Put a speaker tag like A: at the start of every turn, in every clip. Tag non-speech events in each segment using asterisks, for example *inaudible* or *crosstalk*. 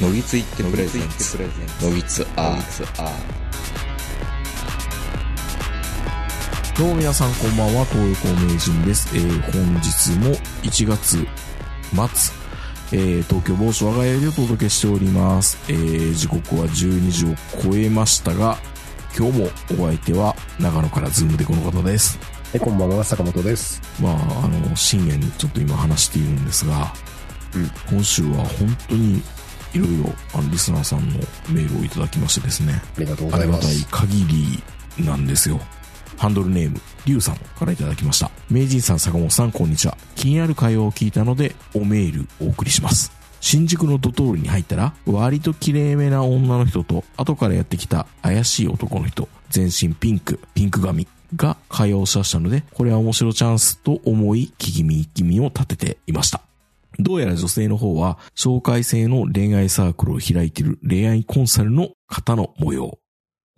A: のぎついってプレゼンツ
B: のぎついってプレゼン
A: のぎつアーツアー
C: どうも皆さんこんばんは、東横名人です。えー、本日も1月末、えー、東京某所我が家でお届けしております。えー、時刻は12時を超えましたが、今日もお相手は長野からズームでこの方です。
D: はい、こんばんは、坂本です。
C: まあ、あの、深夜にちょっと今話しているんですが、
D: うん
C: 今週は本当にいろいろ、あの、リスナーさんのメールをいただきましてですね、
D: ありがとうご
C: あ
D: ざい
C: りが
D: ま
C: たい
D: す。
C: 限りなんですよ。ハンドルネーム、リュウさんからいただきました。名人さん、坂本さん、こんにちは。気になる会話を聞いたので、おメールお送りします。新宿のドトールに入ったら、割と綺麗めな女の人と、後からやってきた怪しい男の人、全身ピンク、ピンク髪が会話をしだしたので、これは面白チャンスと思い、聞き耳気味を立てていました。どうやら女性の方は、紹介制の恋愛サークルを開いている恋愛コンサルの方の模様。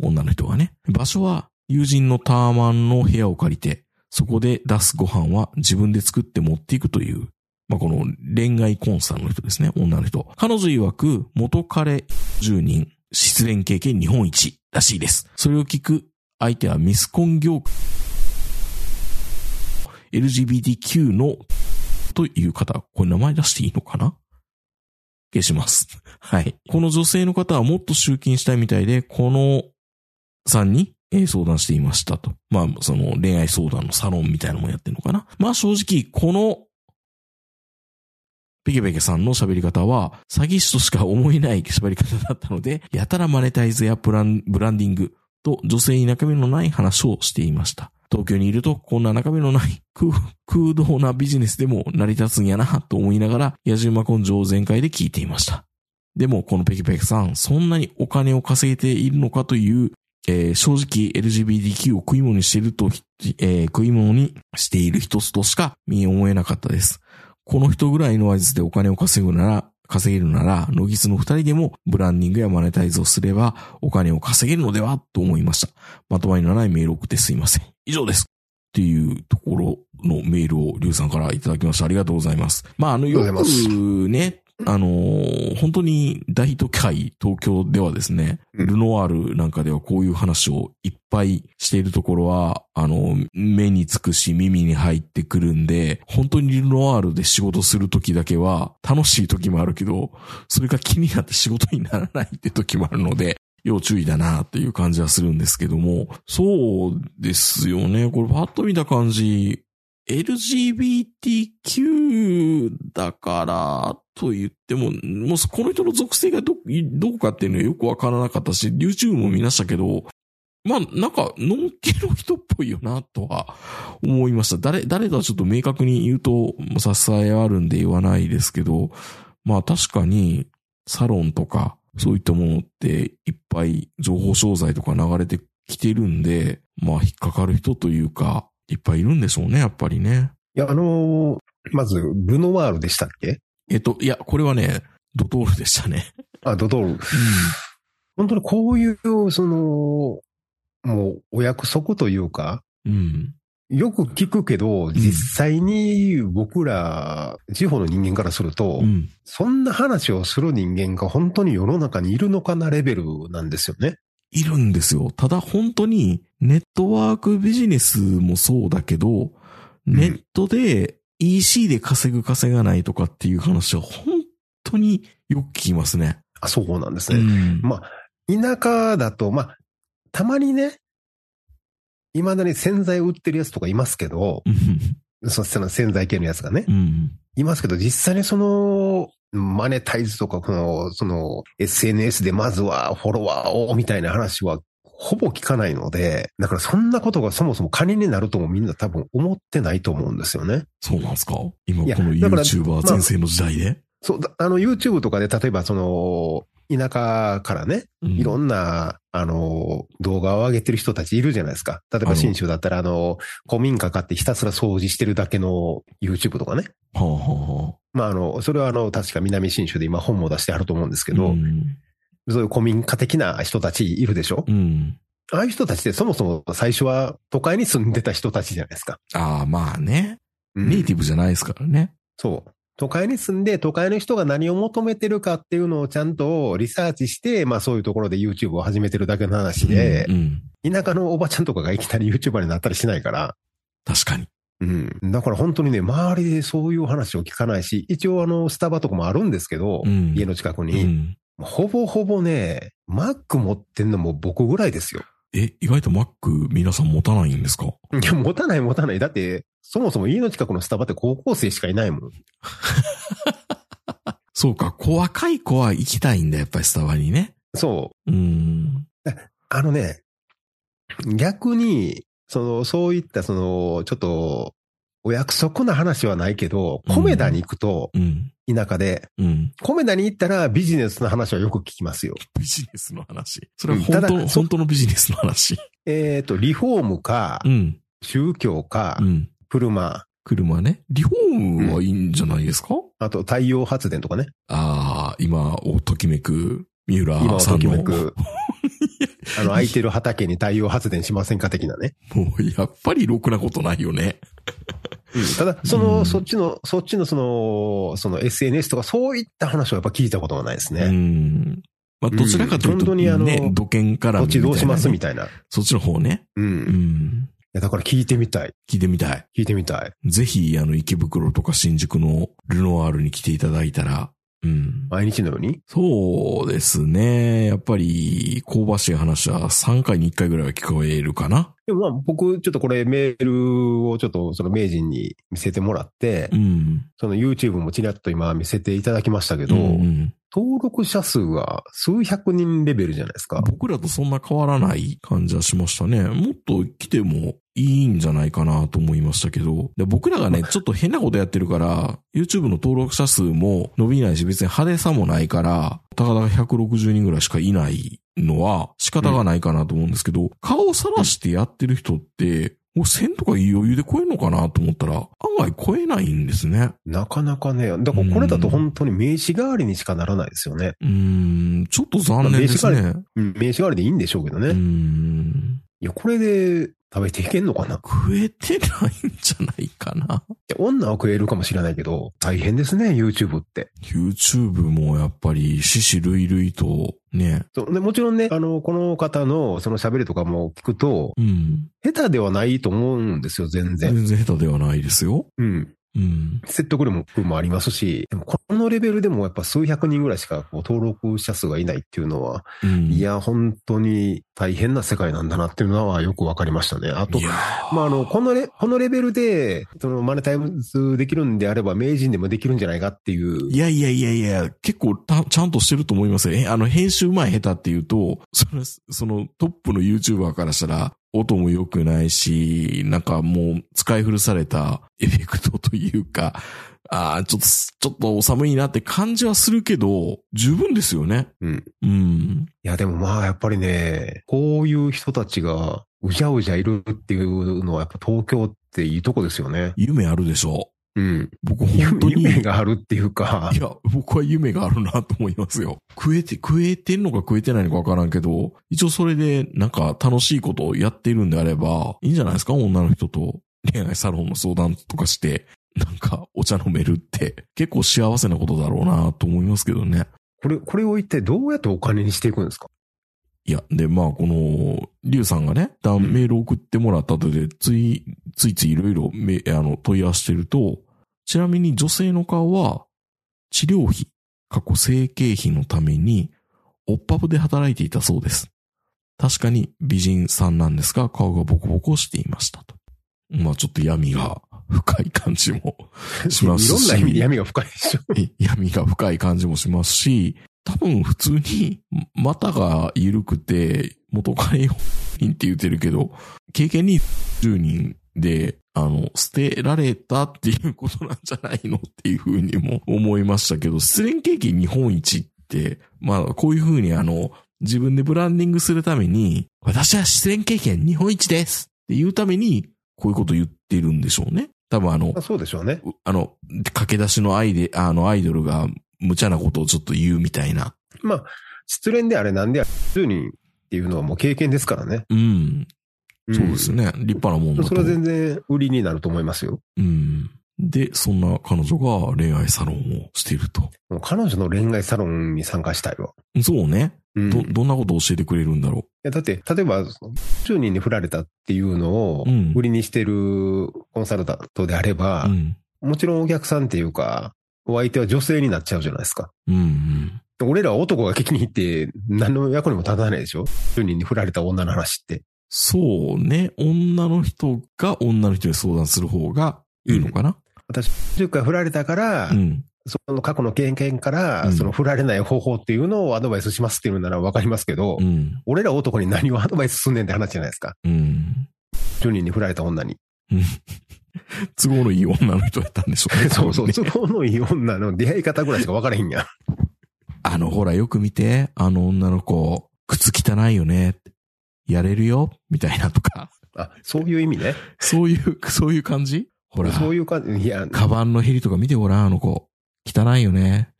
C: 女の人がね。場所は友人のタワマンの部屋を借りて、そこで出すご飯は自分で作って持っていくという、まあ、この恋愛コンサルの人ですね、女の人。彼女曰く、元彼10人、失恋経験日本一らしいです。それを聞く相手はミスコン業界 LGBTQ のという方、これ名前出していいのかな消します。はい。この女性の方はもっと集金したいみたいで、このさんに、えー相談していましたと。まあ、その恋愛相談のサロンみたいなのもやってるのかな。まあ正直、この、ペケペケさんの喋り方は、詐欺師としか思えない *laughs* 喋り方だったので、やたらマネタイズやブランブランディングと女性に中身のない話をしていました。東京にいると、こんな中身のない空空洞なビジネスでも成り立つんやな、と思いながら、野じ馬根性を全開で聞いていました。でも、このペケペケさん、そんなにお金を稼いでいるのかというえー正直 LGBTQ を食い物にしていると、えー食い物にしている一つとしか見思えなかったです。この人ぐらいの合図でお金を稼ぐなら、稼げるなら、ノギスの二人でもブランディングやマネタイズをすればお金を稼げるのではと思いました。まとまりのないメールを送ってすいません。以上です。っていうところのメールをリュウさんからいただきました。ありがとうございます。まあ、あの、よ
D: ありがとうござい
C: くね、あのー本当に大都会、東京ではですね、
D: うん
C: ルノワールなんかではこういう話をいっぱいしているところは、あの、目につくし耳に入ってくるんで、本当にルノワールで仕事するときだけは楽しいときもあるけど、それが気になって仕事にならないって時もあるので、要注意だなっていう感じはするんですけども、そうですよね。これパッと見た感じ、LGBTQ だからと言っても、もうこの人の属性がど、どうかっていうのはよくわからなかったし、YouTube も見ましたけど、まあ、なんか、のんけの人っぽいよな、とは思いました。誰、誰とはちょっと明確に言うと、ささえあるんで言わないですけど、まあ確かに、サロンとか、そういったものっていっぱい情報商材とか流れてきてるんで、まあ引っかかる人というか、いっぱいいるんでしょうね、やっぱりね。
D: いや、あのーまず、ルノワールでしたっけ
C: えっと、いや、これはね、ドトールでしたね。
D: あ、ドドール。本当にこういう、その、もう、お約束というか、
C: うん。
D: よく聞くけど、実際に僕ら、地方の人間からすると、
C: うん。
D: そんな話をする人間が本当に世の中にいるのかなレベルなんですよね。
C: いるんですよ。ただ本当にネットワークビジネスもそうだけど、ネットで EC で稼ぐ稼がないとかっていう話は本当によく聞きますね。
D: あ、そうなんです
C: う
D: ね。
C: ん
D: ま田舎だと、まあ、たまにね、未だに洗剤売ってるやつとかいますけど、
C: うん
D: そその洗剤系のやつがね、
C: うん。
D: いますけど、実際にその、マネタイズとか、この、その、SNS でまずはフォロワーを、みたいな話は、ほぼ聞かないので、だからそんなことがそもそも金になるともみんな多分思ってないと思うんですよね。
C: そうなんですか今
D: いや
C: この
D: だから
C: YouTuber 全盛の時代で。
D: そう、だあの、YouTube とかで、例えばその、田舎からね、いろ
C: ん
D: んな、あの、動画を上げてる人たちいるじゃないですか。例えば、新州だったら、あの、古民家買ってひたすら掃除してるだけの YouTube とかね。
C: な。はあはあはあ。
D: まあ、あの、それはあの、確か南新州で今本も出してあると思うんですけど、
C: うん。
D: そういう古民家的な人たちいるでしょ
C: うん。
D: ああいう人たちってそもそも最初は都会に住んでた人たちじゃないですか。
C: ああ、まあね。
D: うん
C: ネイティブじゃないですからね。
D: そう。都会に住んで、都会の人が何を求めてるかっていうのをちゃんとリサーチして、まあそういうところで YouTube を始めてるだけの話で
C: う、ん。
D: 田舎のおばちゃんとかがいきなり YouTuber になったりしないから、
C: 確かに。
D: うん。だから本当にね、周りでそういう話を聞かないし、一応あの、スタバとかもあるんですけど、
C: うん
D: 家の近く
C: う
D: に、
C: ん。
D: ほぼほぼね、Mac 持ってんのも僕ぐらいですよ。 *laughs*
C: え、意外と Mac 皆さん持たないんですか
D: いや、持たない持たない。だって、そもそも家の近くのスタバって高校生しかいないもん。
C: そうか、こう若い子は行きたいんだ、やっぱりスタバにね。
D: そう。
C: うん。
D: あのね、逆に、その、そういった、その、ちょっと、お約束な話はないけど、
C: うん
D: コメダに行くと、
C: うん。
D: 田舎で、
C: うん。
D: コメダに行ったらビジネスの話はよく聞きますよ。
C: ビジネスの話。それは
D: うん
C: 本当
D: ただ
C: の、
D: そ
C: 本当のビジネスの話。
D: えっ、と、リフォームか
C: う、ん。
D: 宗教か
C: う、ん。
D: 車、
C: 車ね。リフォームはいいんじゃないですか、
D: あと太陽発電とかね。
C: ああ、今をときめく、三
D: 今を
C: 浦さ
D: と
C: ん
D: き
C: の。
D: めく、 *laughs* あの、空いてる畑に太陽発電しませんか的なね。
C: もう、やっぱりろくなことないよね。
D: ただ、そうの、
C: ん
D: そっちの、そっちのその、その SNS とかそういった話はやっぱ聞いたことがないです
C: う
D: ね。
C: ん。まあ、どちらかという
D: うん本当
C: と、
D: にあの
C: ね、土建から
D: どっ
C: みた
D: ち
C: いな
D: ど
C: ね
D: うしますみたいな。
C: そっちの方ね。
D: うん。
C: う
D: い
C: ん。
D: やだから聞いてみたい。
C: 聞いてみたい。
D: 聞いてみたい。
C: ぜひ、あの、池袋とか新宿のルノアールに来ていただいたら、うん。
D: 毎日のように。
C: そうですね。やっぱり、香ばしい話は3回に1回ぐらいは聞こえるかな。
D: でもまあ僕、ちょっとこれメールをちょっとその名人に見せてもらって
C: う、ん。
D: その YouTube もちらっと今見せていただきましたけど、
C: うんうん
D: 登録者数が数百人レベルじゃないですか。
C: 僕らとそんな変わらない感じはしましたね。もっと来てもいいんじゃないかなと思いましたけど。で僕らがね、ちょっと変なことやってるから、YouTube の登録者数も伸びないし、別に派手さもないから、たかだか160人ぐらいしかいないのは仕方がないかなと思うんですけど、顔をさらしてやってる人って、もう1000とか余裕で超えるのかなと思ったら、案外超えないんですね。
D: なかなかね、だからこれだと本当に名刺代わりにしかならないですよね。
C: うーん、ちょっと残念ですね。
D: うん、名刺代わりでいいんでしょうけどね。
C: うー
D: い
C: ん。
D: や、これで食べていけんのかな
C: 食えてないんじゃないかな。
D: 女は食えるかもしれないけど、大変ですね、YouTube って。
C: YouTube もやっぱり、死死類類と、ね。
D: そうでもちろんね、あの、この方のその喋りとかも聞くと、
C: うん。
D: 下手ではないと思うんですよ、全然。
C: 全然下手ではないですよ。
D: うん。
C: うん。
D: 説得力もありますし、でもこのレベルでもやっぱ数百人ぐらいしかこう登録者数がいないっていうのは、
C: うん、
D: い、や、本当に大変な世界なんだなっていうのはよくわかりましたね。あと
C: い、やー
D: まあ、あの、このレ、このレベルで、その、マネタイズできるんであれば、名人でもできるんじゃないかっていう
C: い。やいやいやいや、結構た、ちゃんとしてると思いますよ。え、あの、編集前下手っていうと、その、その、トップの YouTuber からしたら、音も良くないし、なんかもう、使い古されたエフェクトというか、ああ、ちょっと、ちょっとお寒いなって感じはするけど、十分ですよね。
D: うん。
C: うん。
D: いや、でもまあ、やっぱりね、こういう人たちが、うじゃうじゃいるっていうのは、やっぱ東京っていいとこですよね。
C: 夢あるでしょ
D: うん。
C: 僕本当に。
D: 夢があるっていうか
C: い、や、僕は夢があるなと思いますよ。食えて、食えてんのか食えてないのかわからんけど、一応それでなんか楽しいことをやっているんであれば、いいんじゃないですか女の人と恋愛サロンの相談とかして、なんかお茶飲めるって、結構幸せなことだろうなと思いますけどね。
D: これ、これを一体どうやってお金にしていくんですか
C: いや、で、まあ、この、リュウさんがね、一旦
D: うん
C: メール送ってもらった後で、つい、ついついいろいろめ、あの、問い合わせてると、ちなみに女性の顔は、治療費、過去整形費のために、オッパブで働いていたそうです。確かに美人さんなんですが、顔がボコボコしていましたと。まあ、ちょっと闇が深い感じもし
D: いろ
C: ますし。
D: んな意味で闇が深いでしょ。
C: *laughs* え闇が深い感じもしますし、多分普通に股が緩くて元カレ4人って言ってるけど、経験に10人で、あの、捨てられたっていうことなんじゃないのっていうふうにも思いましたけど、失恋経験日本一って、まあ、こういうふうにあの、自分でブランディングするために、私は失恋経験日本一ですっていうために、こういうこと言ってるんでしょうね。多分あの
D: まあ、そうでしょうね。
C: うあの、駆け出しのアイデ、あの、アイドルが無茶なことをちょっと言うみたいな。
D: まあ、失恋であれなんであれ、10人っていうのはもう経験ですからね。
C: うん。
D: ん
C: そうです。ね。立派なもんだと。
D: それは全然売りになると思いますよ。
C: うん。で、そんな彼女が恋愛サロンをしていると。
D: もう彼女の恋愛サロンに参加したいわ。
C: そうね。
D: うん
C: ど、
D: い
C: どんなことを教えてくれるんだろ
D: やだって、例えば、その10人に振られたっていうのを
C: うん
D: 売りにしてるコンサルタントであれ
C: う。
D: ば、
C: うん。
D: もちろんお客さんっていうか、お相手は女性になっちゃうじゃないですか。
C: うんうん。
D: 俺らは男が聞きに行って何の役にも立たないでしょ ?10 人に振られた女の話って。
C: そうね。女の人が女の人に相談する方がいいのかな、
D: 私、10回振られたから、
C: うん、
D: その過去の経験から、
C: うん
D: その振られない方法っていうのをアドバイスしますっていうのならわかりますけど、
C: うん。
D: 俺ら男に何をアドバイスすんねんって話じゃないですか。
C: うん。
D: 10人に振られた女に。
C: 都合のいい女の人だったんでしょうね。
D: *laughs* そうそう、
C: 多分ね
D: 都合のいい女の出会い方ぐらいしか分からへんやん。
C: あの、ほら、よく見て、あの女の子、靴汚いよね。やれるよみたいなとか。 *laughs*
D: あ、そういう意味ね。
C: そういう、そういう感じほら、
D: そういう感じ。いや、
C: カバンのヘリとか見てごらん、あの子。汚いよね。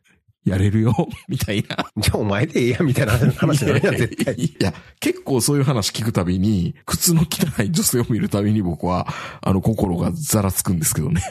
C: やれるよ *laughs* みたいな。
D: じゃあお前でええやんみたいな話になるやん、絶対。
C: いや、結構そういう話聞くたびに、靴の汚い女性を見るたびに僕は、あの、心がざらつくんですけどね。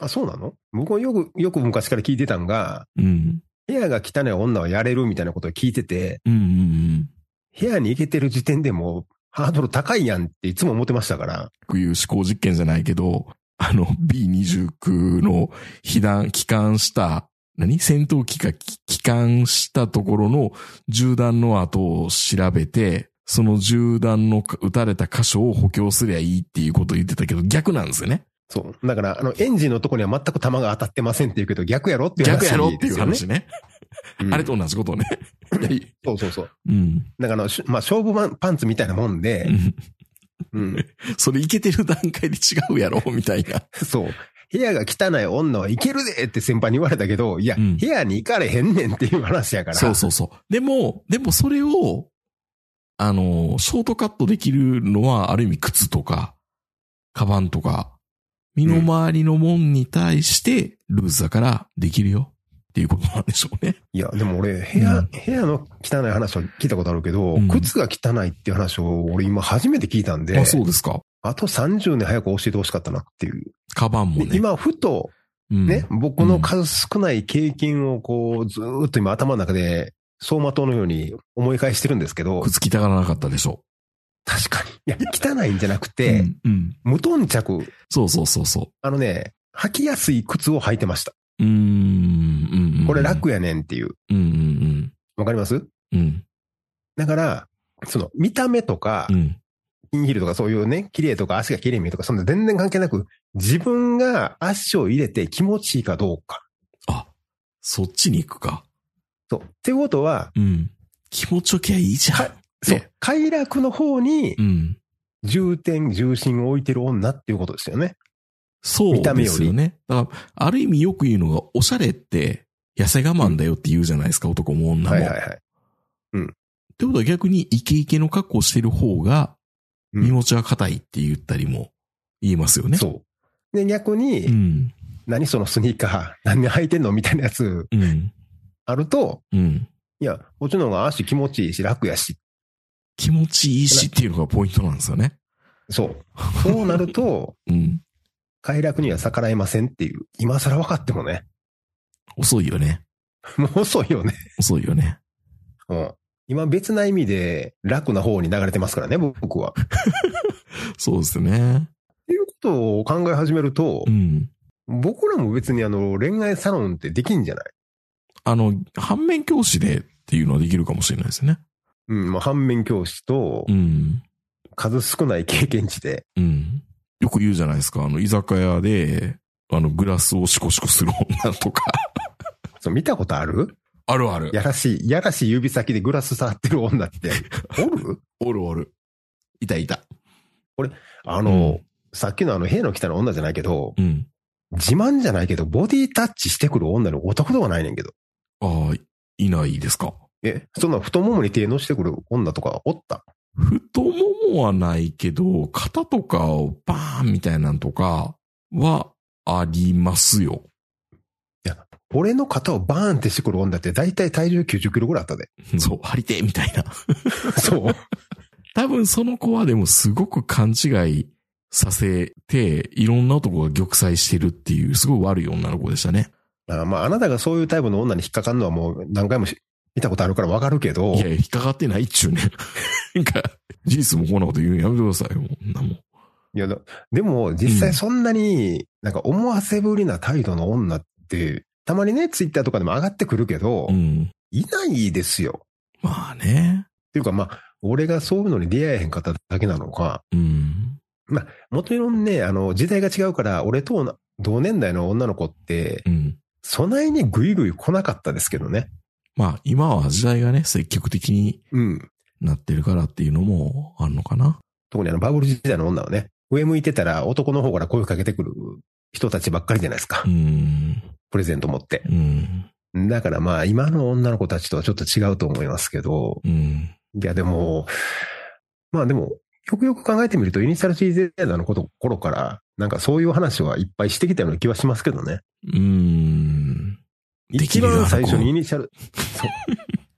D: あ、そうなの僕はよく、よく昔から聞いてたんが、
C: うん。
D: 部屋が汚い女はやれるみたいなことを聞いてて、
C: うんうんうん。
D: 部屋に行けてる時点でもうハードル高いやんっていつも思ってましたから。
C: こういう思考実験じゃないけど、あの B29 の被弾、帰還した、何戦闘機がき帰還したところの銃弾の跡を調べて、その銃弾のか撃たれた箇所を補強すりゃいいっていうことを言ってたけど、逆なんですよね。
D: そう。だから、あの、エンジンのとこには全く弾が当たってませんって言うけど、逆やろっていう話
C: 逆やろって
D: で
C: いう
D: すよね
C: 話ね。
D: うん
C: あれと同じことね。いや
D: そうそうそう。
C: うん。
D: だからあの、しまあ、勝負パンパンツみたいなもん
C: う
D: で、
C: ん
D: うん。
C: それいけてる段階で違うやろみたいな。
D: *laughs* そう。部屋が汚い女はいけるでって先輩に言われたけど、いや、
C: うん
D: 部屋に行かれへんねんっていう話やから。
C: そうそうそう。でも、でもそれを、あの、ショートカットできるのは、ある意味靴とか、カバンとか、身の回りのもんに対して、ルーズだからできるよ。っていうことなんでしょうね。
D: いや、でも俺、部屋、
C: うん
D: 部屋の汚い話は聞いたことあるけど、
C: うん
D: 靴が汚いっていう話を俺今初めて聞いたんで、
C: あ、そうですか。
D: あと30年早く教えてほしかったなっていう。
C: カバンも
D: で
C: ね。
D: 今、ふと
C: うん
D: ね、僕の数少ない経験をこう、ずーっと今頭の中で、走馬灯のように思い返してるんですけど、
C: 靴着たがらなかったでしょ
D: 確かに。いや、汚いんじゃなく
C: う。
D: て、
C: うんうん。
D: 無頓着。
C: そうそうそうそ
D: あのね、履きやすい靴を履いてました。
C: う。うーん。うんうん
D: これ。楽やねんっていう。
C: うんうん
D: わかります
C: うん。うん。
D: だから、その、見た目とか
C: う、ん。
D: インヒールとかそういうね、綺麗とか足が綺麗に見えるとか、そんな全然関係なく、自分が足を入れて気持ちいいかどうか。
C: あ、そっちに行くか。
D: そう。っていうことは、
C: うん。気持ちよきゃいいじゃん。
D: そう
C: ね。
D: 快楽の方に
C: うん。
D: 重点、重心を置いてる女っていうことですよね。
C: そうですよね。だから、ある意味よく言うのが、おしゃれって、痩せ我慢だよって言うじゃないですか、男も女も。
D: はいはい
C: っ
D: はい。
C: てことは逆に、イケイケの格好をしてる方が、
D: うん
C: 身持ちは硬いって言ったりも言いますよね。
D: そう。で、逆に、
C: うん。
D: 何そのスニーカー、何履いてんのみたいなやつ
C: うん。
D: あると、
C: うん。
D: いや、こっちの方が足気持ちいいし楽やし。
C: 気持ちいいしっていうのがポイントなんですよね。 *laughs*
D: そう。そうなると、
C: うん。
D: 快楽には逆らえませんっていう。今更分かってもね。 *laughs*
C: 遅いよね。
D: もう遅いよね。
C: 遅いよね。
D: うん。今別な意味で楽な方に流れてますからね、僕は。っ
C: そうですね。
D: ていうことを考え始めると
C: う、ん。
D: 僕らも別にあの、恋愛サロンってできんじゃない
C: あの、反面教師でっていうのはできるかもしれないですね。
D: うん、まあ、反面教師と
C: う、ん。
D: 数少ない経験値で。
C: うん。よく言うじゃないですか。あの、居酒屋で、あの、グラスをシコシコする女とか。
D: そう、見たことある
C: *laughs* あるある。
D: やらしい、やらしい指先でグラス触ってる女って、おる
C: おるおる。いたいた。
D: あ
C: あ
D: の、、さっきのあの、兵の汚い女じゃないけど、
C: うん。
D: 自慢じゃないけど、ボディタッチしてくる女の男ではないねんけど。
C: ああ、いないですか。
D: え、そんな太ももに手のしてくる女とかおった
C: 太ももはないけど、肩とかをバーンみたいなんとかはありますよ。
D: 俺の肩をバーンってしてくる女って大体体重90キロぐらいあった
C: *laughs*
D: で。
C: そう、張り手みたいな。
D: そう。
C: 多分その子はでもすごく勘違いさせて、いろんな男が玉砕してるっていう、すごい悪い女の子でしたね。
D: あまあ、あなたがそういうタイプの女に引っかかるのはもう何回もし見たことあるからわかるけど
C: い、やいや、引っかかってないっちゅうね。 *laughs* なんか、事実もこんなこと言うのやめてくださいよ。もうそんなもん。
D: いや、だでも実際そんなになんか思わせぶりな態度の女って、たまにね、ツイッターとかでも上がってくるけど、
C: うん。
D: いないですよ。っ
C: まあね。
D: ていうかまあ、俺がそういうのに出会えへんかっただけなのか、
C: うん。
D: もちろんね、あの、時代が違うから、俺と同同年代の女の子って、
C: うん。
D: そないにグイグイ来なかったですけどね。
C: まあ、今は時代がね、積極的に
D: うん。
C: なってるからっていうのもあるのかな。
D: 特にあの、バブル時代の女はね、上向いてたら男の方から声をかけてくる人たちばっかりじゃないですか
C: う。ん。
D: プレゼント持って。
C: うん。
D: だからまあ、今の女の子たちとはちょっと違うと思いますけど、
C: うん。
D: いやでも、まあでも、よくよく考えてみると、イニシャル C ゼーダのこと頃から、なんかそういう話はいっぱいしてきたような気はしますけどね。
C: うん。でき
D: 一
C: るような
D: 番
C: 子
D: 最初にイニシャル、そう。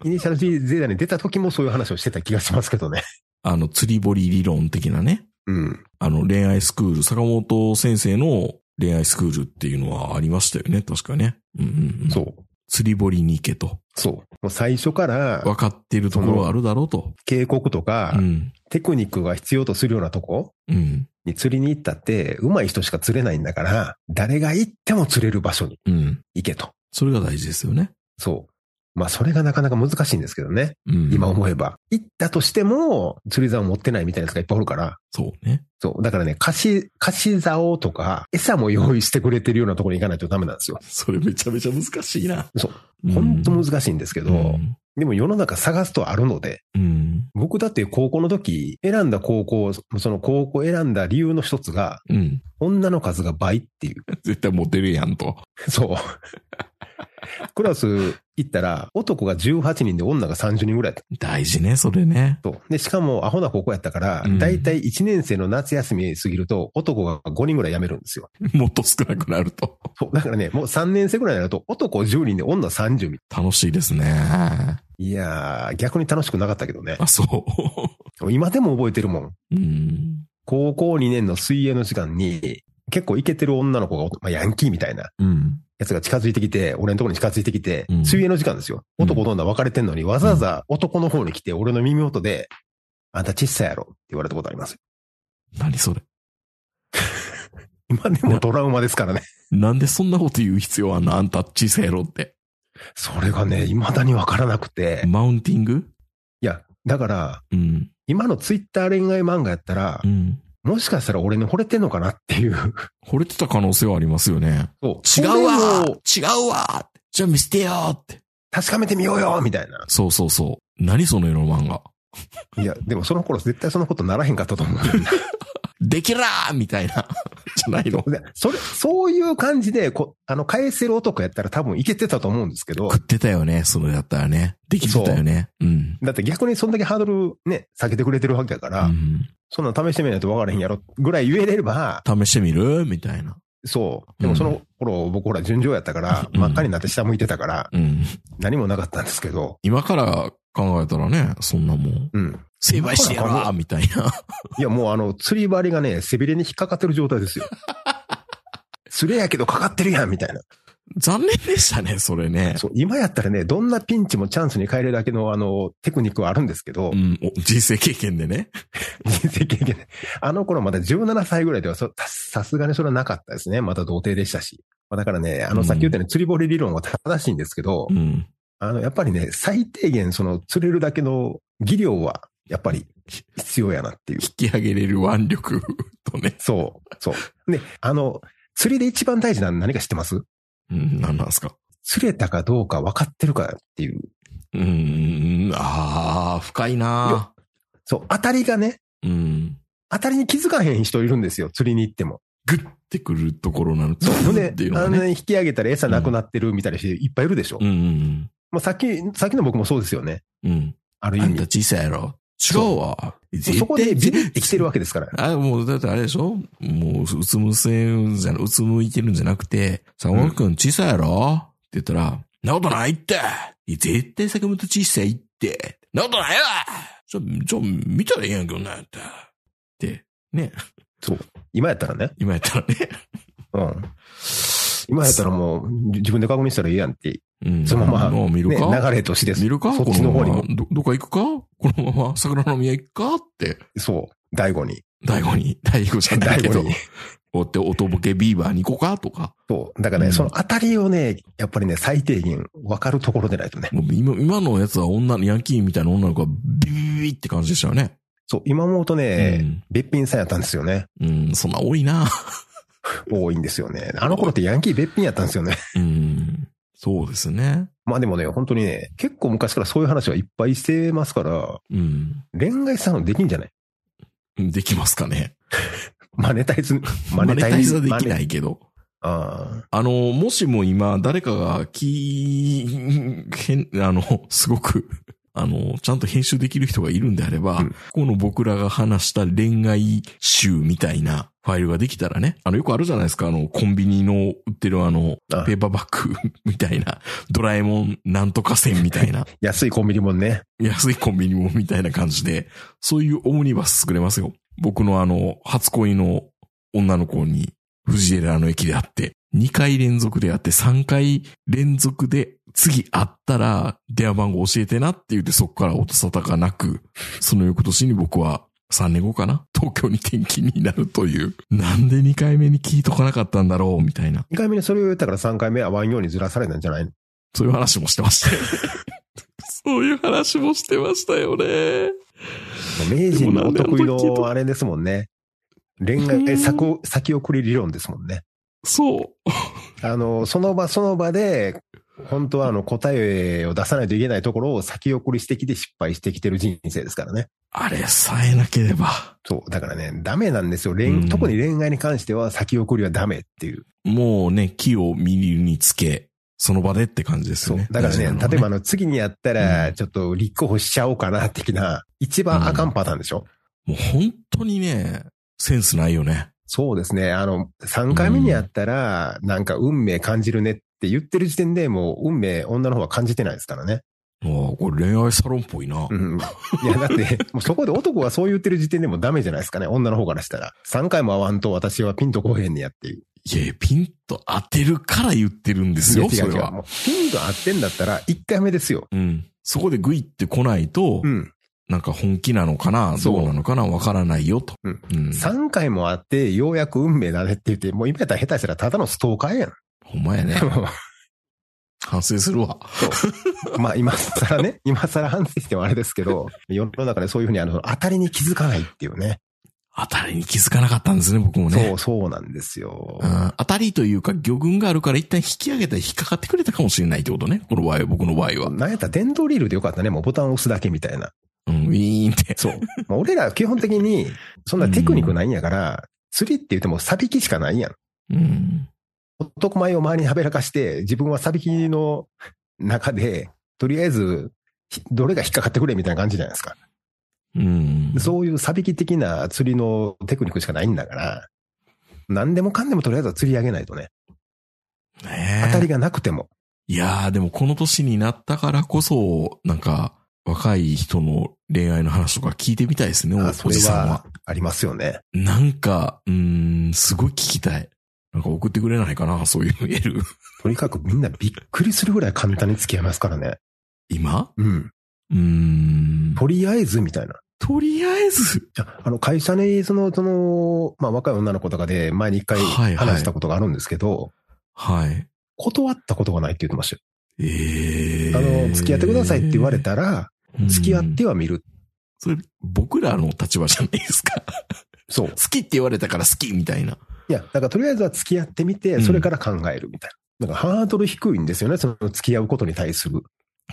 D: イニシャル C ゼーダに出た時もそういう話をしてた気がしますけどね。
C: あの、釣り堀理論的なね。
D: うん。
C: あの、恋愛スクール、坂本先生の恋愛スクールっていうのはありましたよね。確かね。うんうん、うん。。
D: そうう。
C: 釣り堀に行けと。
D: そう。もう最初から、
C: 分かってるところはあるだろうと。
D: 警告とか
C: う、ん。
D: テクニックが必要とするようなとこ
C: うん。
D: に釣りに行ったって、上手い人しか釣れないんだから、誰が行っても釣れる場所に
C: うん。
D: 行けと。
C: それが大事ですよね。
D: そう。まあ、それがなかなか難しいんですけどね。
C: うん。
D: 今思えば。行ったとしても、釣り竿持ってないみたいなやつがいっぱいおるから。
C: そうね。
D: そう。だからね、貸し、貸し竿とか、餌も用意してくれてるようなところに行かないとダメなんですよ。
C: それめちゃめちゃ難しいな。
D: そう
C: うん。
D: ほんと難しいんですけど、
C: うん
D: でも世の中探すとあるので、
C: うん。
D: 僕だって高校の時、選んだ高校、その高校選んだ理由の一つが、
C: うん。 *laughs*
D: 女の数が倍っていう。 *laughs*
C: 絶対モテるやんと。
D: そう。クラス行ったら、男が18人で女が30人ぐらいやった
C: 大事ね、それね。
D: そう。で、しかもアホな高校やったから
C: う、ん
D: だいたい1年生の夏休み過ぎると、男が5人ぐらい辞めるんですよ。
C: もっと少なくなると。
D: そう。だからね、もう3年生ぐらいになると、男10人で女30人。
C: 楽しいですね。
D: いやー、逆に楽しくなかったけどね。
C: あ、そう。
D: 今でも覚えてるもん。
C: うん。 *laughs*
D: 高校2年の水泳の時間に、結構イケてる女の子が、まあ、ヤンキーみたいな
C: うん。
D: やつが近づいてきて、俺のところに近づいてきて、
C: うん
D: 水泳の時間ですよ。
C: うん
D: 男と女分かれてんのに、わざわざ男の方に来て、俺の耳元で、あんた小さいやろって言われたことあります。
C: 何それ。
D: 今でもトラウマですからね。
C: なんでそんなこと言う必要はなあんた小さいやろって。
D: それがね、未だにわからなくて。
C: マウンティング
D: いや、だから、
C: うん。
D: 今のツイッター恋愛漫画やったら
C: う、ん。
D: もしかしたら俺に惚れてんのかなって
C: *laughs*
D: いう。
C: 惚れてた可能性はありますよね。
D: そう
C: 違うわ
D: これを
C: 違うわじゃあ見せてよって。
D: 確かめてみようよみたいな。
C: そうそうそう。何その色の漫画。
D: いや、でもその頃絶対そんなことならへんかったと思う。
C: できらーみたいな。 *laughs* じゃないの。
D: でそれ、そういう感じで、こあの、返せる男やったら多分いけてたと思うんですけど
C: 食、ってたよね、それだったらね。できてたよね。うん。
D: だって逆にそんだけハードルね、下げてくれてるわけだから、
C: うん
D: そんなの試してみないと分からへんやろぐらい言えれば、
C: 試してみるみたいな。
D: そう。でもその頃、僕ほら順調やったから、
C: うん
D: 真っ赤になって下向いてたから、
C: うん。
D: 何もなかったんですけど、
C: 今から考えたらね、そんなもん。
D: うん。
C: 成敗してやるわみたいな。 *laughs*
D: いや、もうあの、釣り針がね、背びれに引っかかってる状態ですよ。 *laughs* 釣れやけどかかってるやん、みたいな。
C: 残念でしたね、それね。
D: そう、今やったらね、どんなピンチもチャンスに変えるだけの、あの、テクニックはあるんですけど
C: う、ん、お人生経験でね。
D: 人生経験で。あの頃まだ17歳ぐらいではそたさすがにそれはなかったですね。また童貞でしたし。まあだからね、あの、さっき言ったように釣り堀理論は正しいんですけど、
C: うん。
D: あの、やっぱりね、最低限その釣れるだけの技量は、やっぱり必要やなっていう。
C: 引き上げれる腕力とね。
D: そう、そう。で、あの、釣りで一番大事なの何か知ってます
C: うん、なんなんすか。
D: 釣れたかどうか分かってるかっていう。
C: うん、ああ、深いな
D: そう、当たりがね、
C: うん。
D: 当たりに気づかへん人いるんですよ、釣りに行っても。
C: グッてくるところなの。
D: そう、ほん
C: っ
D: で
C: ていう、の
D: あ
C: が
D: の
C: ね。
D: ね、引き上げたら餌なくなってるみたいな人いっぱいいるでしょ。
C: うん、うん、
D: まあ、さっき、さっきの僕もそうですよね。
C: うん。うん。
D: ある意
C: あん
D: 味
C: た。小さいやろ。違うわ。
D: そこでビビって
C: き
D: きてるわけですから。
C: あ、もう、だってあれでしょもう、うつむせんじゃな、うつむいてるんじゃなくて、坂本くん小さいやろって言ったら、なことないって絶対坂本小さいってなことないわじゃ、じゃ、見たらええやんけどな、って。って、ね。
D: そう。今やったらね。
C: 今やったらね。
D: うん。今やったらもう、じ自分で確認したらいいやんって。
C: うん。
D: そのまま、
C: あ見
D: ね、
C: るか、
D: 流れとしてです。
C: 見るか
D: そっ
C: こ
D: ちの
C: の
D: 方
C: ま
D: に
C: ま
D: も。
C: ど、どっか行くかこのまま桜の宮行くかって、
D: そう。第五に。
C: 第五に、 *laughs* 第五じゃな
D: 第
C: いけ
D: 五
C: ど
D: に、。
C: おって、音ボケビーバーに行こうかとか。
D: そう。だからね、
C: うん
D: そのあたりをね、やっぱりね、最低限分かるところでないとね。
C: もう今、今のやつは女の、ヤンキーみたいな女の子がビビビビって感じでしたよね。
D: そう。今思うとね、べっぴんさんやったんですよね。
C: うん。うん、そんな多いな。 *laughs*
D: 多いんですよね。あの頃ってヤンキーべっぴんやったんですよね。 *laughs*
C: うん。そうですね。
D: まあでもね、本当にね、結構昔からそういう話はいっぱいしてますから、
C: うん。
D: 恋愛したのできんじゃない
C: できますかね。
D: マネタイズ、
C: マネタイズはでき
D: マ
C: な
D: ネ
C: いけど。
D: あ
C: あの、もしも今、誰かが、き、へん、 *laughs* あの、すごく、 *laughs* あの、ちゃんと編集できる人がいるんであれば、
D: うん
C: この僕らが話した恋愛集みたいなファイルができたらね、あの、よくあるじゃないですか、あの、コンビニの売ってるあの、
D: あ
C: ペーパーバッグ *laughs* みたいな、ドラえもんなんとか線みたいな、
D: あ安いコンビニもね。
C: 安いコンビニもみたいな感じで、そういうオムニバス作れますよ。僕のあの、初恋の女の子に、藤枝の駅で会って、2回連続で会って、3回連続で、次会ったら、電話番号教えてなって言って、そこから音沙汰がなく、その翌年に僕は、3年後かな東京に転勤になるという。なんで2回目に聞いとかなかったんだろうみたいな。
D: 2回目にそれを言ったから3回目はワンようにずらされたんじゃないの
C: そういう話もしてましたよそういう話もしてましたよね。
D: 名人のお得意
C: でもなんであの時と
D: のあれですもんね。恋愛、え先を先送り理論ですもんね。
C: そう。
D: あの、その場その場で、本当はあの答えを出さないといけないところを先送りしてきて失敗してきてる人生ですからね。
C: あれさえなければ、
D: そう。だからね、ダメなんですよ。
C: うん
D: 恋特に恋愛に関しては先送りはダメっていう。
C: もうね、木を見るにつけ、その場でって感じです
D: そ
C: よ
D: う
C: ね。。
D: だか
C: 大
D: ら
C: 事なのは
D: ね、例えばあの次にやった
C: う
D: ら、
C: ん
D: ちょっと立候補しちゃおうかな的な、一番あかんパターンでしょ、
C: もう本当にね、センスないよね。
D: そうですね。あの、3回目にやったら、なんか運命感じるねって言ってる時点でもう運命女の方は感じてないですからね。
C: もうこれ恋愛サロンっぽいな。
D: うん。いや、だ
C: *laughs*
D: って、もうそこで男はそう言ってる時点でもダメじゃないですかね。女の方からしたら。3回も会わんと私はピンとこうへんねやっていう。
C: いや、ピンと当てるから言ってるんですよ、
D: いや
C: そ
D: 違う違
C: れ
D: う
C: は。
D: もうピンと合ってんだったら1回目ですよ。
C: うん。そこでグイって来ないと、
D: うん。
C: なんか本気なのかな、
D: そう
C: どうなのかな、わからないよと。
D: うん
C: うん。
D: 3回も会って、ようやく運命だねって言って、もう今やったら下手したらただのストーカーやん。
C: ほんまや *laughs* ね。反省するわ。
D: *laughs* まあ今更ね、今更反省してもあれですけど、世の中でそういうふうにあの、当たりに気づかないっていうね。
C: 当たりに気づかなかったんですね、僕もね。
D: そう、そうなんですよ。
C: うん当たりというか魚群があるから一旦引き上げたら引っかかってくれたかもしれないってことね。この場合は、僕の場合は。
D: なんやったら電動リールでよかったね。もうボタンを押すだけみたいな。
C: うん、ウィーンって。 *laughs*
D: そう。まあ、俺ら基本的に、そんなテクニックないんやから、釣りって言ってもサビキしかないやん。
C: うん。
D: 男前を周りにはべらかして、自分はサビキの中で、とりあえず、ひどれが引っかかってくれみたいな感じじゃないですか。
C: うん。
D: そういうサビキ的な釣りのテクニックしかないんだから、何でもかんでもとりあえずは釣り上げないとね。
C: ねえ
D: 当たりがなくても。
C: いやー、でもこの年になったからこそ、なんか、若い人の恋愛の話とか聞いてみたいですね、お
D: あ
C: お
D: それ
C: じさん
D: は
C: は。
D: ありますよね。
C: なんか、うーん、すごい聞きたい。なんか送ってくれないかな、そういうメール。
D: とにかくみんなびっくりするぐらい簡単に付き合いますからね。
C: 今
D: うん。
C: うーん。
D: とりあえずみたいな。
C: とりあえず。
D: じゃあ、あの、会社に、その、その、まあ、若い女の子とかで、前に一回
C: はいはい
D: 話したことがあるんですけど、
C: はい。
D: 断ったことがないって言ってまし
C: ええ
D: たよ。あの、付き合ってくださいって言われたら、
C: うん
D: 付き合っては見る。
C: それ、僕らの立場じゃないですか。 *laughs*
D: そう。
C: 好きって言われたから好きみたいな。
D: いや、だからとりあえずは付き合ってみて、それから考えるみたいな。だからハードル低いんですよね、その付き合うことに対する。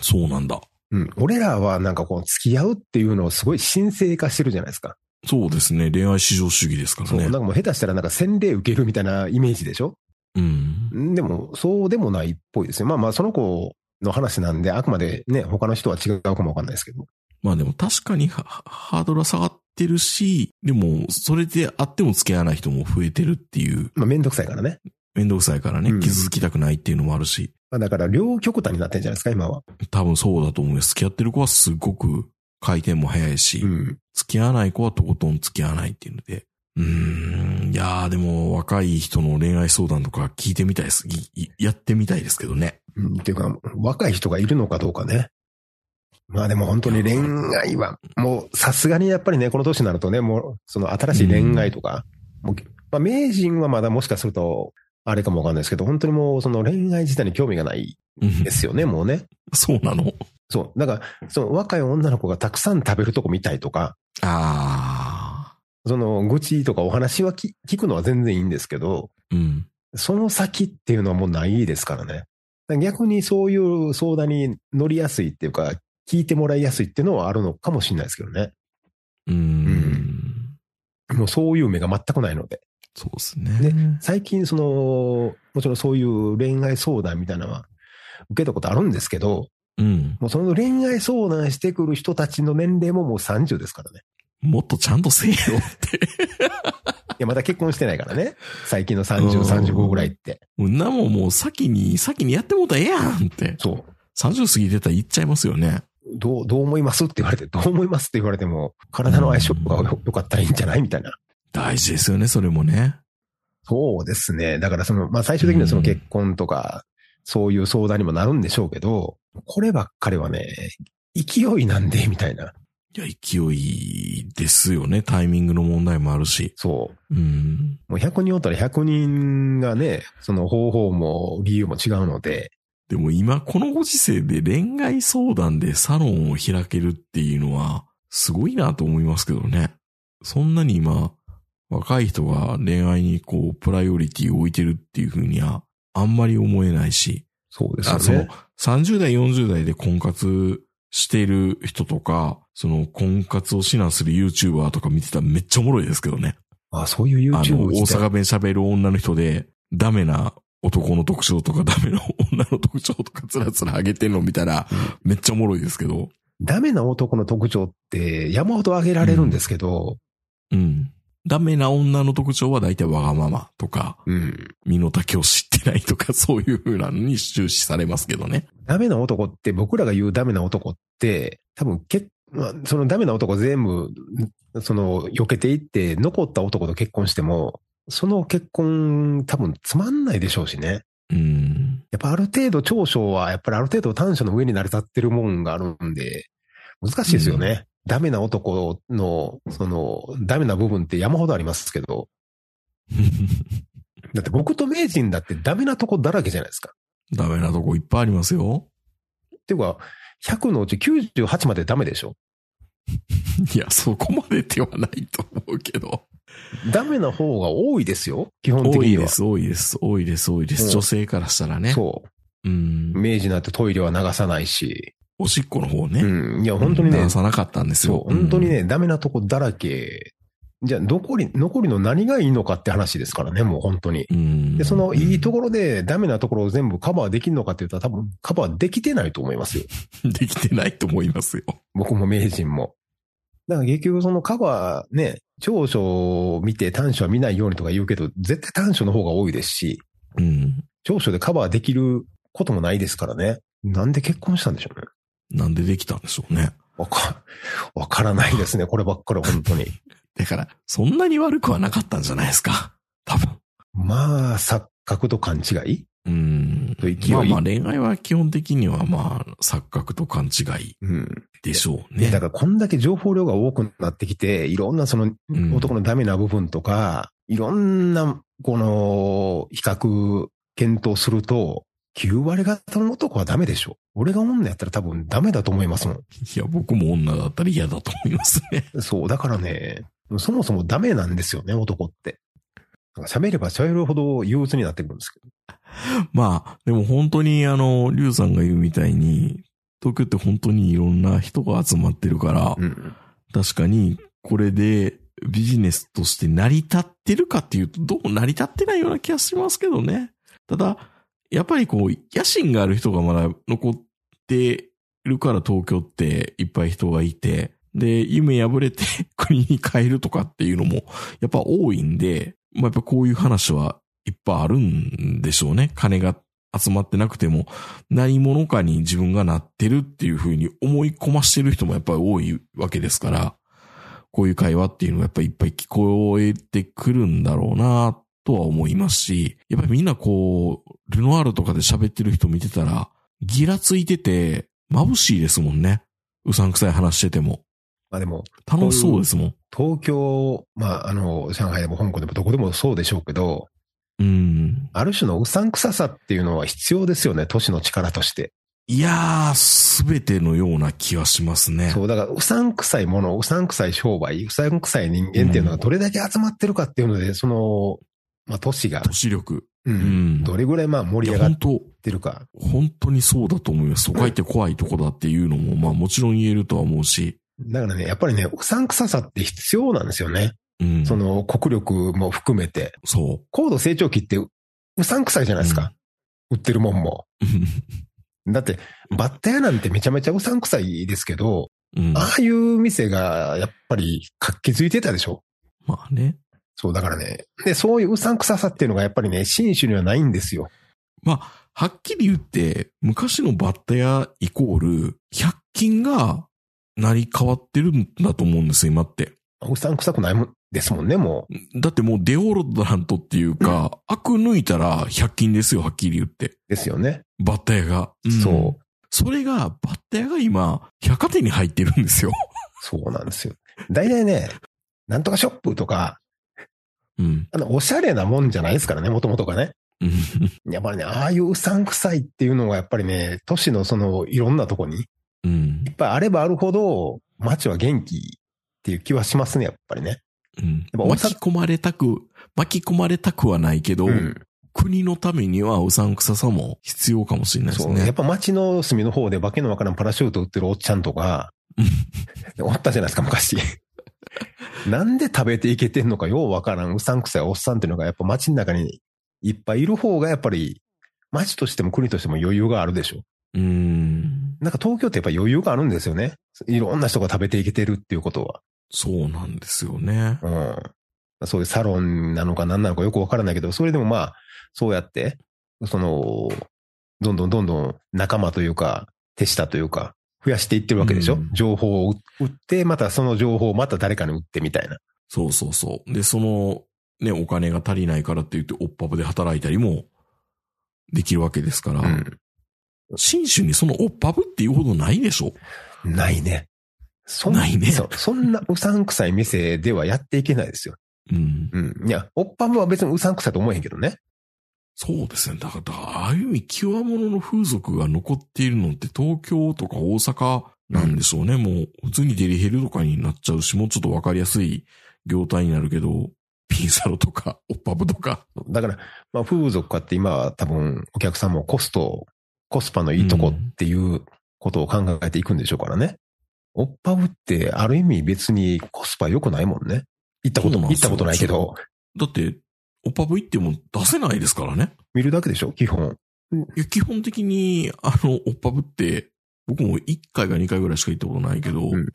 C: そうなんだ。
D: うん。俺らはなんかこう、付き合うっていうのをすごい神聖化してるじゃないですか。
C: そうですね。恋愛至上主義ですから
D: そう。
C: ね。
D: なんかもう下手したらなんか洗礼受けるみたいなイメージでしょ
C: うん。
D: でも、そうでもないっぽいですね。まあまあ、その子の話なんで、あくまでね、他の人は違うかもわかんないですけど。
C: まあでも確かにははハードルは下がってるし、でも、それであっても付き合わない人も増えてるっていう、
D: まあ、めんどくさいからね。
C: めんどくさいから
D: う
C: ね、
D: ん
C: 傷つきたくないっていうのもあるし、
D: まあ、だから、両極端になってんじゃないですか、今は。
C: 多分そうだと思うよ。付き合ってる子はすごく回転も早いし、
D: うん。
C: 付き合わない子はとことん付き合わないっていうので、うーん。いやー、でも若い人の恋愛相談とか聞いてみたいです。いいやってみたいですけどね。
D: うんっていうか、若い人がいるのかどうかね。まあでも本当に恋愛は、もうさすがにやっぱりね、この年になるとね、もうその新しい恋愛とか、もうまあ名人はまだもしかすると、あれかもわかんないですけど、本当にもうその恋愛自体に興味がない
C: うん *laughs*
D: で。すよね、もうね。
C: そうなの
D: そう。だから、その若い女の子がたくさん食べるとこ見たいとか、
C: あ
D: その愚痴とかお話はき聞くのは全然いいんですけど、
C: ー。うん。
D: その先っていうのはもうないですからね。だから逆にそういう相談に乗りやすいっていうか、聞いてもらいやすいっていうのはあるのかもしれないですけどね。
C: うー。
D: うんもうそういう目が全くないので。
C: そうですね。
D: 最近その、もちろんそういう恋愛相談みたいなのは受けたことあるんですけど、
C: うん。
D: もうその恋愛相談してくる人たちの年齢ももう30ですからね。
C: もっとちゃんとせえよって。
D: いや、まだ結婚してないからね。最近の
C: う
D: 30、
C: ん
D: 35ぐらいって。
C: こんなもんもう先に、先にやってもうたらええやんって。
D: そう。
C: 30過ぎてたら言っちゃいますよね。
D: どう、どう思いますって言われて、どう思いますって言われても、体の相性が良良かったらいいんじゃないみたいな。
C: 大事ですよね、それもね。
D: そうですね。だからその、まあ最終的にはその結婚とか、そういう相談にもなるんでしょうけど、こればっかりはね、勢いなんで、みたいな。
C: いや、勢いですよね。タイミングの問題もあるし。
D: そう。
C: うん。
D: もう100人おったら100人がね、その方法も理由も違うので、
C: でも今、このご時世で恋愛相談でサロンを開けるっていうのは、すごいなと思いますけどね。そんなに今、若い人が恋愛にこう、プライオリティを置いてるっていうふうには、あんまり思えないし。
D: そうで
C: あ
D: す
C: そ
D: よ
C: の
D: ね。
C: 30代、40代で婚活してる人とか、その婚活を指南する YouTuber とか見てたらめっちゃおもろいですけどね。
D: あそういう YouTube
C: あの、大
D: 自体
C: 阪弁喋る女の人で、ダメな男の特徴とかダメな女の特徴とかつらつら上げてんの見たら、めっちゃおもろいですけど。
D: ダメな男の特徴って山ほど挙げられるんですけど、
C: うん。ダメな女の特徴は大体わがままとか、
D: うん。
C: 身の丈を知ってないとか、 *laughs* そういう風なのに終始されますけどね。
D: ダメな男って、僕らが言うダメな男って、多分け、まあ、そのダメな男全部、その、避けていって、残った男と結婚しても、その結婚、多分つまんないでしょうしね。
C: うん。 *laughs*
D: やっぱある程度長所は、やっぱりある程度短所の上に成り立ってるもんがあるんで、難しいですよね。ダメな男の、その、ダメな部分って山ほどありますけど、だって僕と名人だってダメなとこだらけじゃないですか。
C: ダメなとこいっぱいありますよ。
D: っていうか、100のうち98までダメでしょ
C: いや、そこまでではないと思うけど。
D: ダメな方が多いですよ、基本的
C: 多い
D: には。
C: で。す、多いです、多いです、多いで
D: うん
C: す。女性からしたらね。。
D: そう
C: ん
D: う。。明治なんてトイレは流さないし。
C: おしっこの方ね。
D: うん。いや、本当にね
C: 流、さなかったんです
D: そ
C: よ。
D: う、本当に
C: う
D: ね、
C: ん。
D: ダメなとこだらけ。じゃあ、残り、残りの何がいいのかって話ですからね、もう本当に。
C: うん。
D: で、そのいいと
C: こ。
D: ころでダメなところを全部カバーできるのかって言ったら多分カバーできてないと思いますよ。
C: できてないと思いますよ。
D: 僕も名人も。だから結局そのカバーね、長所を見て短所は見ないようにとか言うけど、絶対短所の方が多いですし、
C: うん。
D: 長所でカバーできることもないですからね。なんで結婚したんでしょうね。
C: なんでできたんでしょうね。
D: わか、 *laughs* わからないで
C: *laughs*
D: すね。こればっかり本当に。
C: だから、そんなに悪くはなかったんじゃないですか。多分。
D: まあ、錯覚と勘違い
C: うん。
D: と勢い
C: まあまあ恋愛は基本的にはまあ錯覚と勘違い
D: うん。
C: でしょう
D: で
C: ね
D: だ。からこんだけ情報量が多くなってきて、いろんなその
C: ん
D: 男のダメな部分とか、いろんなこの比較検討すると、9割方の男はダメでしょ。俺が女やったら多分ダメだと思いますも
C: いや、僕も女だったら嫌だと思いますね。 *laughs*
D: ん。そう、だからね、そもそもダメなんですよね、男って。なんか喋れば喋るほど憂鬱になってくるんですけど。
C: まあ、でも本当にあの、リュウさんが言うみたいに、東京って本当にいろんな人が集まってるから、
D: うん。
C: 確かにこれでビジネスとして成り立ってるかっていうと、どうも成り立ってないような気がしますけどね。ただ、やっぱりこう、野心がある人がまだ残ってるから東京っていっぱい人がいて、で、夢破れて *laughs* 国に帰るとかっていうのもやっぱ多いんで、まあ、やっぱこういう話はいっぱいあるんでしょうね。金が集まってなくても何者かに自分がなってるっていうふうに思い込ましてる人もやっぱり多いわけですから、こういう会話っていうのがやっぱりいっぱい聞こえてくるんだろうなとは思いますし、やっぱりみんなこう、ルノアールとかで喋ってる人見てたら、ギラついてて眩しいですもんね。うさんくさい話してても。
D: まあでも、
C: 楽しそうですもん。
D: 東京、まあ、あの、上海でも香港でもどこでもそうでしょうけど、
C: うん。
D: ある種のうさんくささっていうのは必要ですよね、都市の力として。
C: いやー、すべてのような気はしますね。
D: そう、だから、うさんくさいもの、うさんくさい商売、うさんくさい人間っていうのがどれだけ集まってるかっていうので、その、まあ、都市が
C: 都、市力。
D: う、
C: うんん。
D: どれぐらいまあ盛り上が
C: い
D: っ
C: や本
D: てるか。
C: 当本当にそうだと思います。都会って怖いとこだっていうのも、まあもちろん言えるとは思うし。
D: だからね、やっぱりね、うさんくささって必要なんですよね。
C: うん。
D: その、国力も含めて。
C: そ
D: 高度成長期ってううさんくさいじゃ
C: う。
D: ないですか。売ってるもんも。だって、バッタ屋なんてめちゃめちゃうさんくさいですけど、
C: *laughs* うん。うん。
D: ああいう店がやっぱり活気づいてたでしょ
C: まあね。
D: そう、だからね。で、そういううさんくささっていうのがやっぱりね、新種にはないんですよ。
C: まあ、はっきり言って、昔のバッタ屋イコール、100均が成り変わってるんだと思うんですよ、今って。
D: うさんくさくないもんですもんね、もう。
C: だってもうデオロドラントっていうか、悪抜いたら100均ですよ、はっきり言って。
D: ですよね。
C: バッタ屋が。
D: そう。
C: それが、バッタ屋が今、百貨店に入ってるんですよ。
D: そうなんですよ。大体ね、なんとかショップとか、
C: うん。
D: あの、おしゃれなもんじゃないですからね、もともとがね。
C: うん
D: やっぱりね、ああいううさんくさいっていうのがやっぱりね、都市のその、いろんなとこに、
C: うん
D: やっ。ぱりあればあるほど、街は元気っていう気はしますね、やっぱりね。
C: うん。
D: ぱ大阪
C: 巻き込まれたく、巻き込まれたくはないけど、
D: うん
C: 国のためにはうさんくささも必要かもしれないです
D: そう。やっ
C: ね。
D: ぱ街の隅の方で化けのわからんパラシュート売ってるおっちゃん
C: *laughs*
D: とか、おったじゃないですか、昔。なんで食べていけてんのかようわからん、うさんくさいおっさんっていうのがやっぱ街の中にいっぱいいる方がやっぱり、街としても国としても余裕があるでしょ。
C: うん。
D: なんか東京ってやっぱ余裕があるんですよね。いろんな人が食べていけてるっていうことは。
C: そうなんですよね。
D: うん。そういうサロンなのか何なのかよくわからないけど、それでもまあ、そうやって、その、どんどんどんどん仲間というか、手下というか、増やしていってるわけでしょ、
C: うん
D: 情報を売って、またその情報をまた誰かに売ってみたいな。
C: そうそうそう。で、その、ね、お金が足りないからって言って、オッパブで働いたりも、できるわけですから、
D: う
C: 新種にそのオッパブっていうほどないでしょ。
D: ん。ないね。そん
C: ないね
D: そうそんなうさんくさい店ではやっていけないですよ。
C: うん。
D: うん。いや、オッパブは別にうさんくさいと思えへんけどね。
C: そうですね。だから、だからああいう意味、極物の風俗が残っているのって東京とか大阪なんでしょうね。もう、普通にデリヘルとかになっちゃうし、もうちょっとわかりやすい業態になるけど、ピンサロとか、 *laughs* オッパブとか。
D: だから、まあ、風俗化って今は多分お客さんもコスト、コスパのいいとこっていうことを考えていくんでしょうからね。オッパブってある意味別にコスパ良くないもんね。行ったこと、
C: そうなんで
D: 行っ
C: すよ
D: たことないけど、
C: だって、オッパブ行っても出せないですからね。
D: 見るだけでしょ基本。
C: いや基本的に、あの、オッパブって、僕も1回か2回ぐらいしか行ったことないけど、
D: うん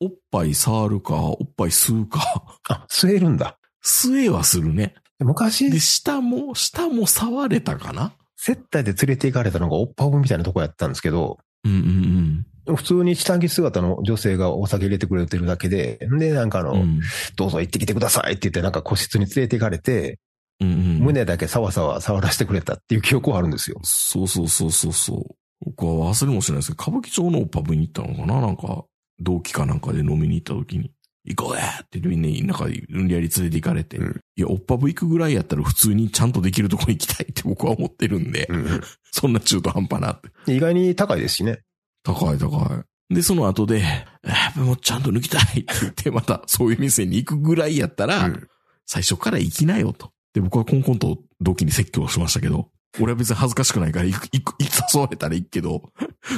C: おっぱい触るか、おっぱい吸うか、 *laughs*
D: あ、吸えるんだ。
C: 吸えはするね。で、
D: 昔、
C: 舌も、舌も触れたかな
D: 接待で連れて行かれたのがオッパブみたいなとこやったんですけど、
C: うんうん
D: 普通に下着姿の女性がお酒入れてくれてるだけで、で、なんかあの、
C: うん。うん
D: どうぞ行ってきてくださいって言って、なんか個室に連れて行かれて、
C: うんうん、
D: 胸だけさわさわ触らせてくれたっていう記憶はあるんですよ。
C: そうそうそうそうそう。僕は忘れもしないですけど、歌舞伎町のパブに行ったのかななんか、同期かなんかで飲みに行った時に、行こうやってみんなに、なんか、無理やり連れて行かれて、
D: うん
C: いや、オッパブ行くぐらいやったら普通にちゃんとできるとこに行きたいって僕は思ってるんで、 *laughs*
D: うん
C: そんな中途半端なって。
D: 意外に高いですしね。
C: 高い高い。で、その後で、あーもうちゃんと抜きたいって言って、またそういう店に行くぐらいやったら、
D: うん
C: 最初から行きなよと。で、僕はコンコンと同期に説教しましたけど、俺は別に恥ずかしくないから行く、行く、行く誘われたら行くけど、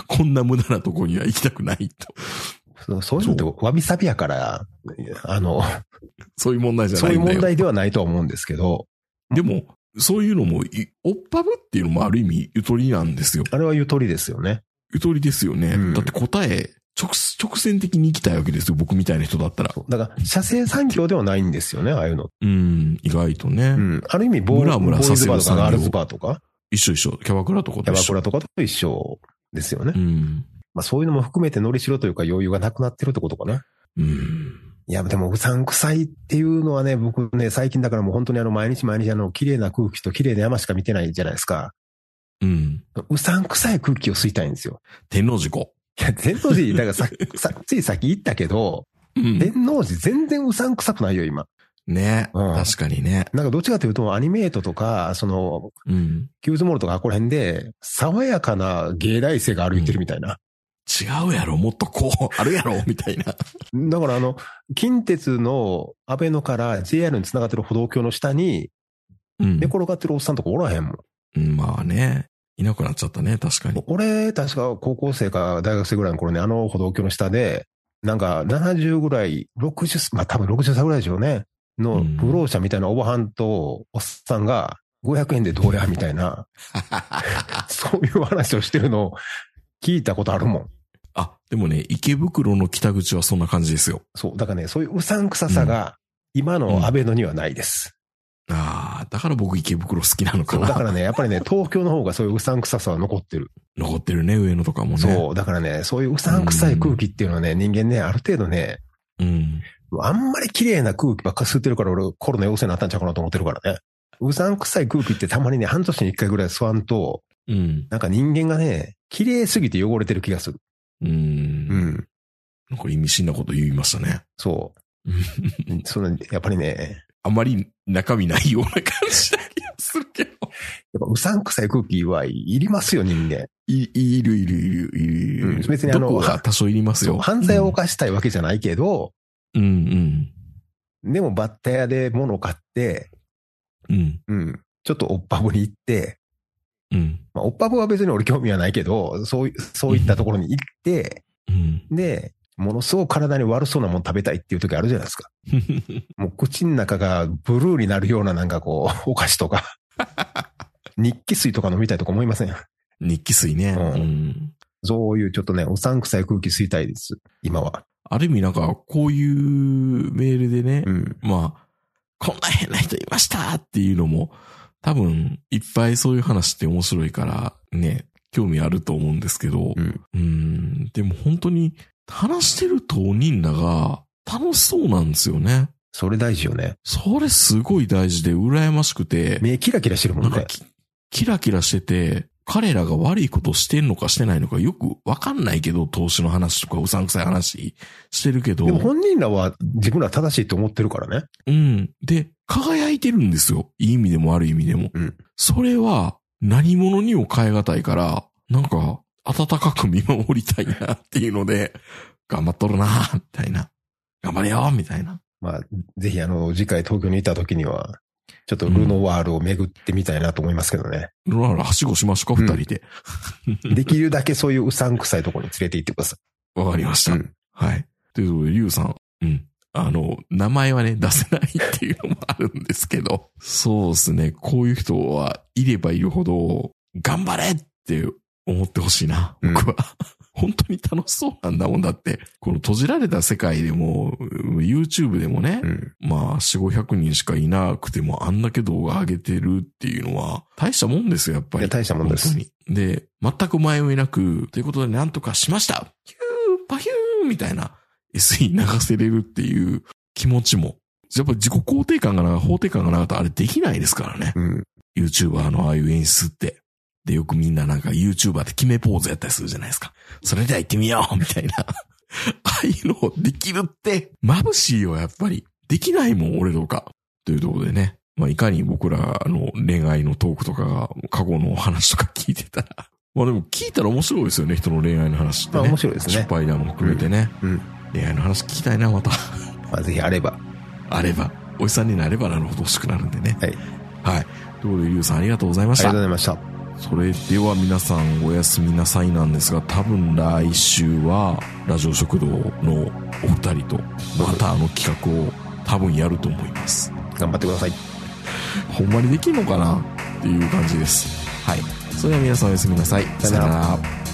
C: こんな無駄なとこには行きたくないと。
D: そうそういうのってわびさびやから、あの、
C: そういう問題じゃ
D: そ
C: な
D: うい
C: い
D: うん
C: だよ。
D: 問題ではないとは思うんですけど、
C: でも、そういうのもい、オッパブっていうのもある意味ゆとりなんですよ。
D: あれはゆとりですよね。
C: ゆとりですよね。
D: うん
C: だって答え、直、直線的に行きたいわけですよ。僕みたいな人だったら。
D: そうだから、射精産業ではないんですよね、ああいうの。
C: うん、意外とね。
D: うん。ある意味ボー
C: ムラ
D: ル、
C: ムラ
D: ボーイズバーと
C: させる産業
D: かガールズバーとか、
C: 一緒一緒。キャバクラとか
D: キ
C: と
D: ャ
C: 一
D: バ
C: 緒
D: ク。ラとかと一緒ですよね。
C: うん。
D: まあそういうのも含めてのりしろというか余裕がなくなってるってことかな。
C: うん。
D: いや、でも、うさんくさいっていうのはね、僕ね、最近だからもう本当にあの、毎日毎日あの、綺麗な空気と綺麗な山しか見てないじゃないですか。
C: うん。
D: うさんくさい空気を吸いたいんですよ。
C: 天皇寺
D: いや、天王寺、だからさ、さついさっき言ったけど、
C: 5。うん。
D: 天王寺全然うさんくさくないよ、今。
C: ね、
D: うん
C: 確かにね。
D: なんかどっちかというと、アニメートとか、その、
C: うん。
D: キューズモールとかあここら辺で、爽やかな芸大生が歩いてるみたいな。
C: 違うやろ、もっとこう、あるやろ、みたいな。
D: だからあの、近鉄の安倍野から JR に繋がってる歩道橋の下に、
C: うん
D: 寝。転がってるおっさんとかおらへんもん。
C: うんまあね、いなくなっちゃったね、確かに。
D: 俺、確か高校生か大学生ぐらいの頃ね、あの歩道橋の下で、なんか70ぐらい、60、まあ多分60歳ぐらいでしょうね、
C: う
D: の
C: ん
D: 不老者みたいなおばはんとおっさんが、500円でどうやみた
C: *laughs*
D: いな、そういう話をしてるのを聞いたことあるもん。
C: あ、でもね、池袋の北口はそんな感じですよ。
D: そう。だからね、そういううさんくささが、今の安倍野にはないです。
C: ああ、だから僕池袋好きなのか
D: そうだか
C: な。
D: らね、やっぱりね、東京の方がそういううさんくささは残ってる。
C: 残ってるね、上野とかもね。
D: そう。だからね、そういううさんくさい空気っていうのはね、人間ね、ある程度ね、
C: う。うん。
D: あんまり綺麗な空気ばっか吸ってるから俺コロナ陽性になったんちゃうかなと思ってるからね。うさんくさい空気ってたまにね、半年に一回ぐらい吸わんと、
C: うん。
D: なんか人間がね、綺麗すぎて汚れてる気がする。
C: うん。
D: うん。
C: なんか意味深なこと言いました
D: *laughs*
C: ね。
D: そ
C: うん
D: う。そのやっぱりね、
C: あまり中身ないような感じな気がするけど。
D: やっぱうさんくさい空気はいりますよ、人間。
C: い、いるいるいるいるいる。
D: うん別にあの
C: どこが多少いります
D: そう
C: よ。
D: 犯罪を犯したいわけじゃないけど、
C: うんうん。
D: でもバッタ屋で物を買って、
C: うん。
D: うん。ちょっとオッパブに行って、
C: うん。
D: まあ、オッパブは別に俺興味はないけど、そうい、そういったところに行って、
C: うん。
D: で、ものすごく体に悪そうなもの食べたいっていう時あるじゃないですか。もう口の中がブルーになるようななんかこう、お *laughs* 菓子とか。日記水とか飲みたいとか思いません
C: 日記水ね。
D: うん
C: うん
D: そういうちょっとね、おさんくさい空気吸いたいです。今は。
C: ある意味なんか、こういうメールでね、
D: うん。
C: まあ、こんな変な人いましたっていうのも、多分、いっぱいそういう話って面白いから、ね、興味あると思うんですけど、
D: うん。
C: うん、でも本当に、話してる当人らが、楽しそうなんですよね。
D: それ大事よね。
C: それすごい大事で、羨ましくて、
D: 目キラキラしてるも
C: なん
D: ん
C: か
D: ね。
C: き、キラキラしてて、彼らが悪いことしてんのかしてないのかよくわかんないけど、投資の話とかうさんくさい話してるけど
D: で、も本人らは自分ら正しいと思ってるからね。
C: うん。で、輝いてるんですよ。いい意味でも悪い意味でも。
D: うん
C: それは、何者にも変え難いから、なんか、温かく見守りたいなっていうので、 *laughs* 頑張っとるなみたいな。頑張れよみたいな。
D: まあ、ぜひあの、次回東京にいた時には、ちょっとルノワールを巡ってみたいなと思いますけどね。
C: ロラロはしごしましょうか、
D: うん
C: 二人で。
D: できるだけそういううさんくさいところに連れて行ってくださ
C: わかりまし
D: い。
C: た。はい。ということで、リュウさん。うん。あの、名前はね、出 *laughs* せないっていうのもあるんですけど、そうですね。こういう人はいればいるほど、頑張れって思ってほしいな。
D: うん
C: 僕は。 *laughs* 本当に楽しそうなんだもんだって、この閉じられた世界でも、うん YouTube でもね、
D: うん。
C: まあ、4、500人しかいなくても、あんだけ動画上げてるっていうのは、大したもんですよ、やっぱ
D: い
C: り
D: や、。大したもんです。
C: 本当に。で、全く前をいなく、ということでなんとかしましたヒューパヒューみたいな SE 流せれるっていう気持ちも。やっぱ自己肯定感がな、法定感がなかったらあれできないですからね。
D: うん。
C: YouTuber のああいう演出って。で、よくみんななんか YouTuber って決めポーズやったりするじゃないですか。それでは行ってみようみたいな。 *laughs* ああいうのをできるって、眩しいよ、やっぱり。できないもん、俺とか。というところでね。まあ、いかに僕らの恋愛のトークとかが、過去のお話とか聞いてたら。 *laughs* まあでも聞いたら面白いですよね、人の恋愛の話って、
D: まあ
C: ね。
D: 面白いです
C: 失
D: ね。
C: 敗談も含めてね、
D: うんうん
C: 恋愛の話聞きたいな、また。 *laughs*
D: まあ、ぜひあれば。
C: あれば。おじさんになればなるほど欲しくなるんでね。
D: はい。
C: はい。ということで、ゆうさんありがとうございま
D: あ
C: し
D: りが
C: た
D: とう。ございました。
C: それでは皆さんおやすみなさいなんですが、多分来週はラジオ食堂のお二人とまたあの企画を多分やると思います。
D: 頑張ってください。
C: ほんまにできんのかなっていう感じです。はい。それでは皆さんおやすみなさい。
D: さよなら
C: ら。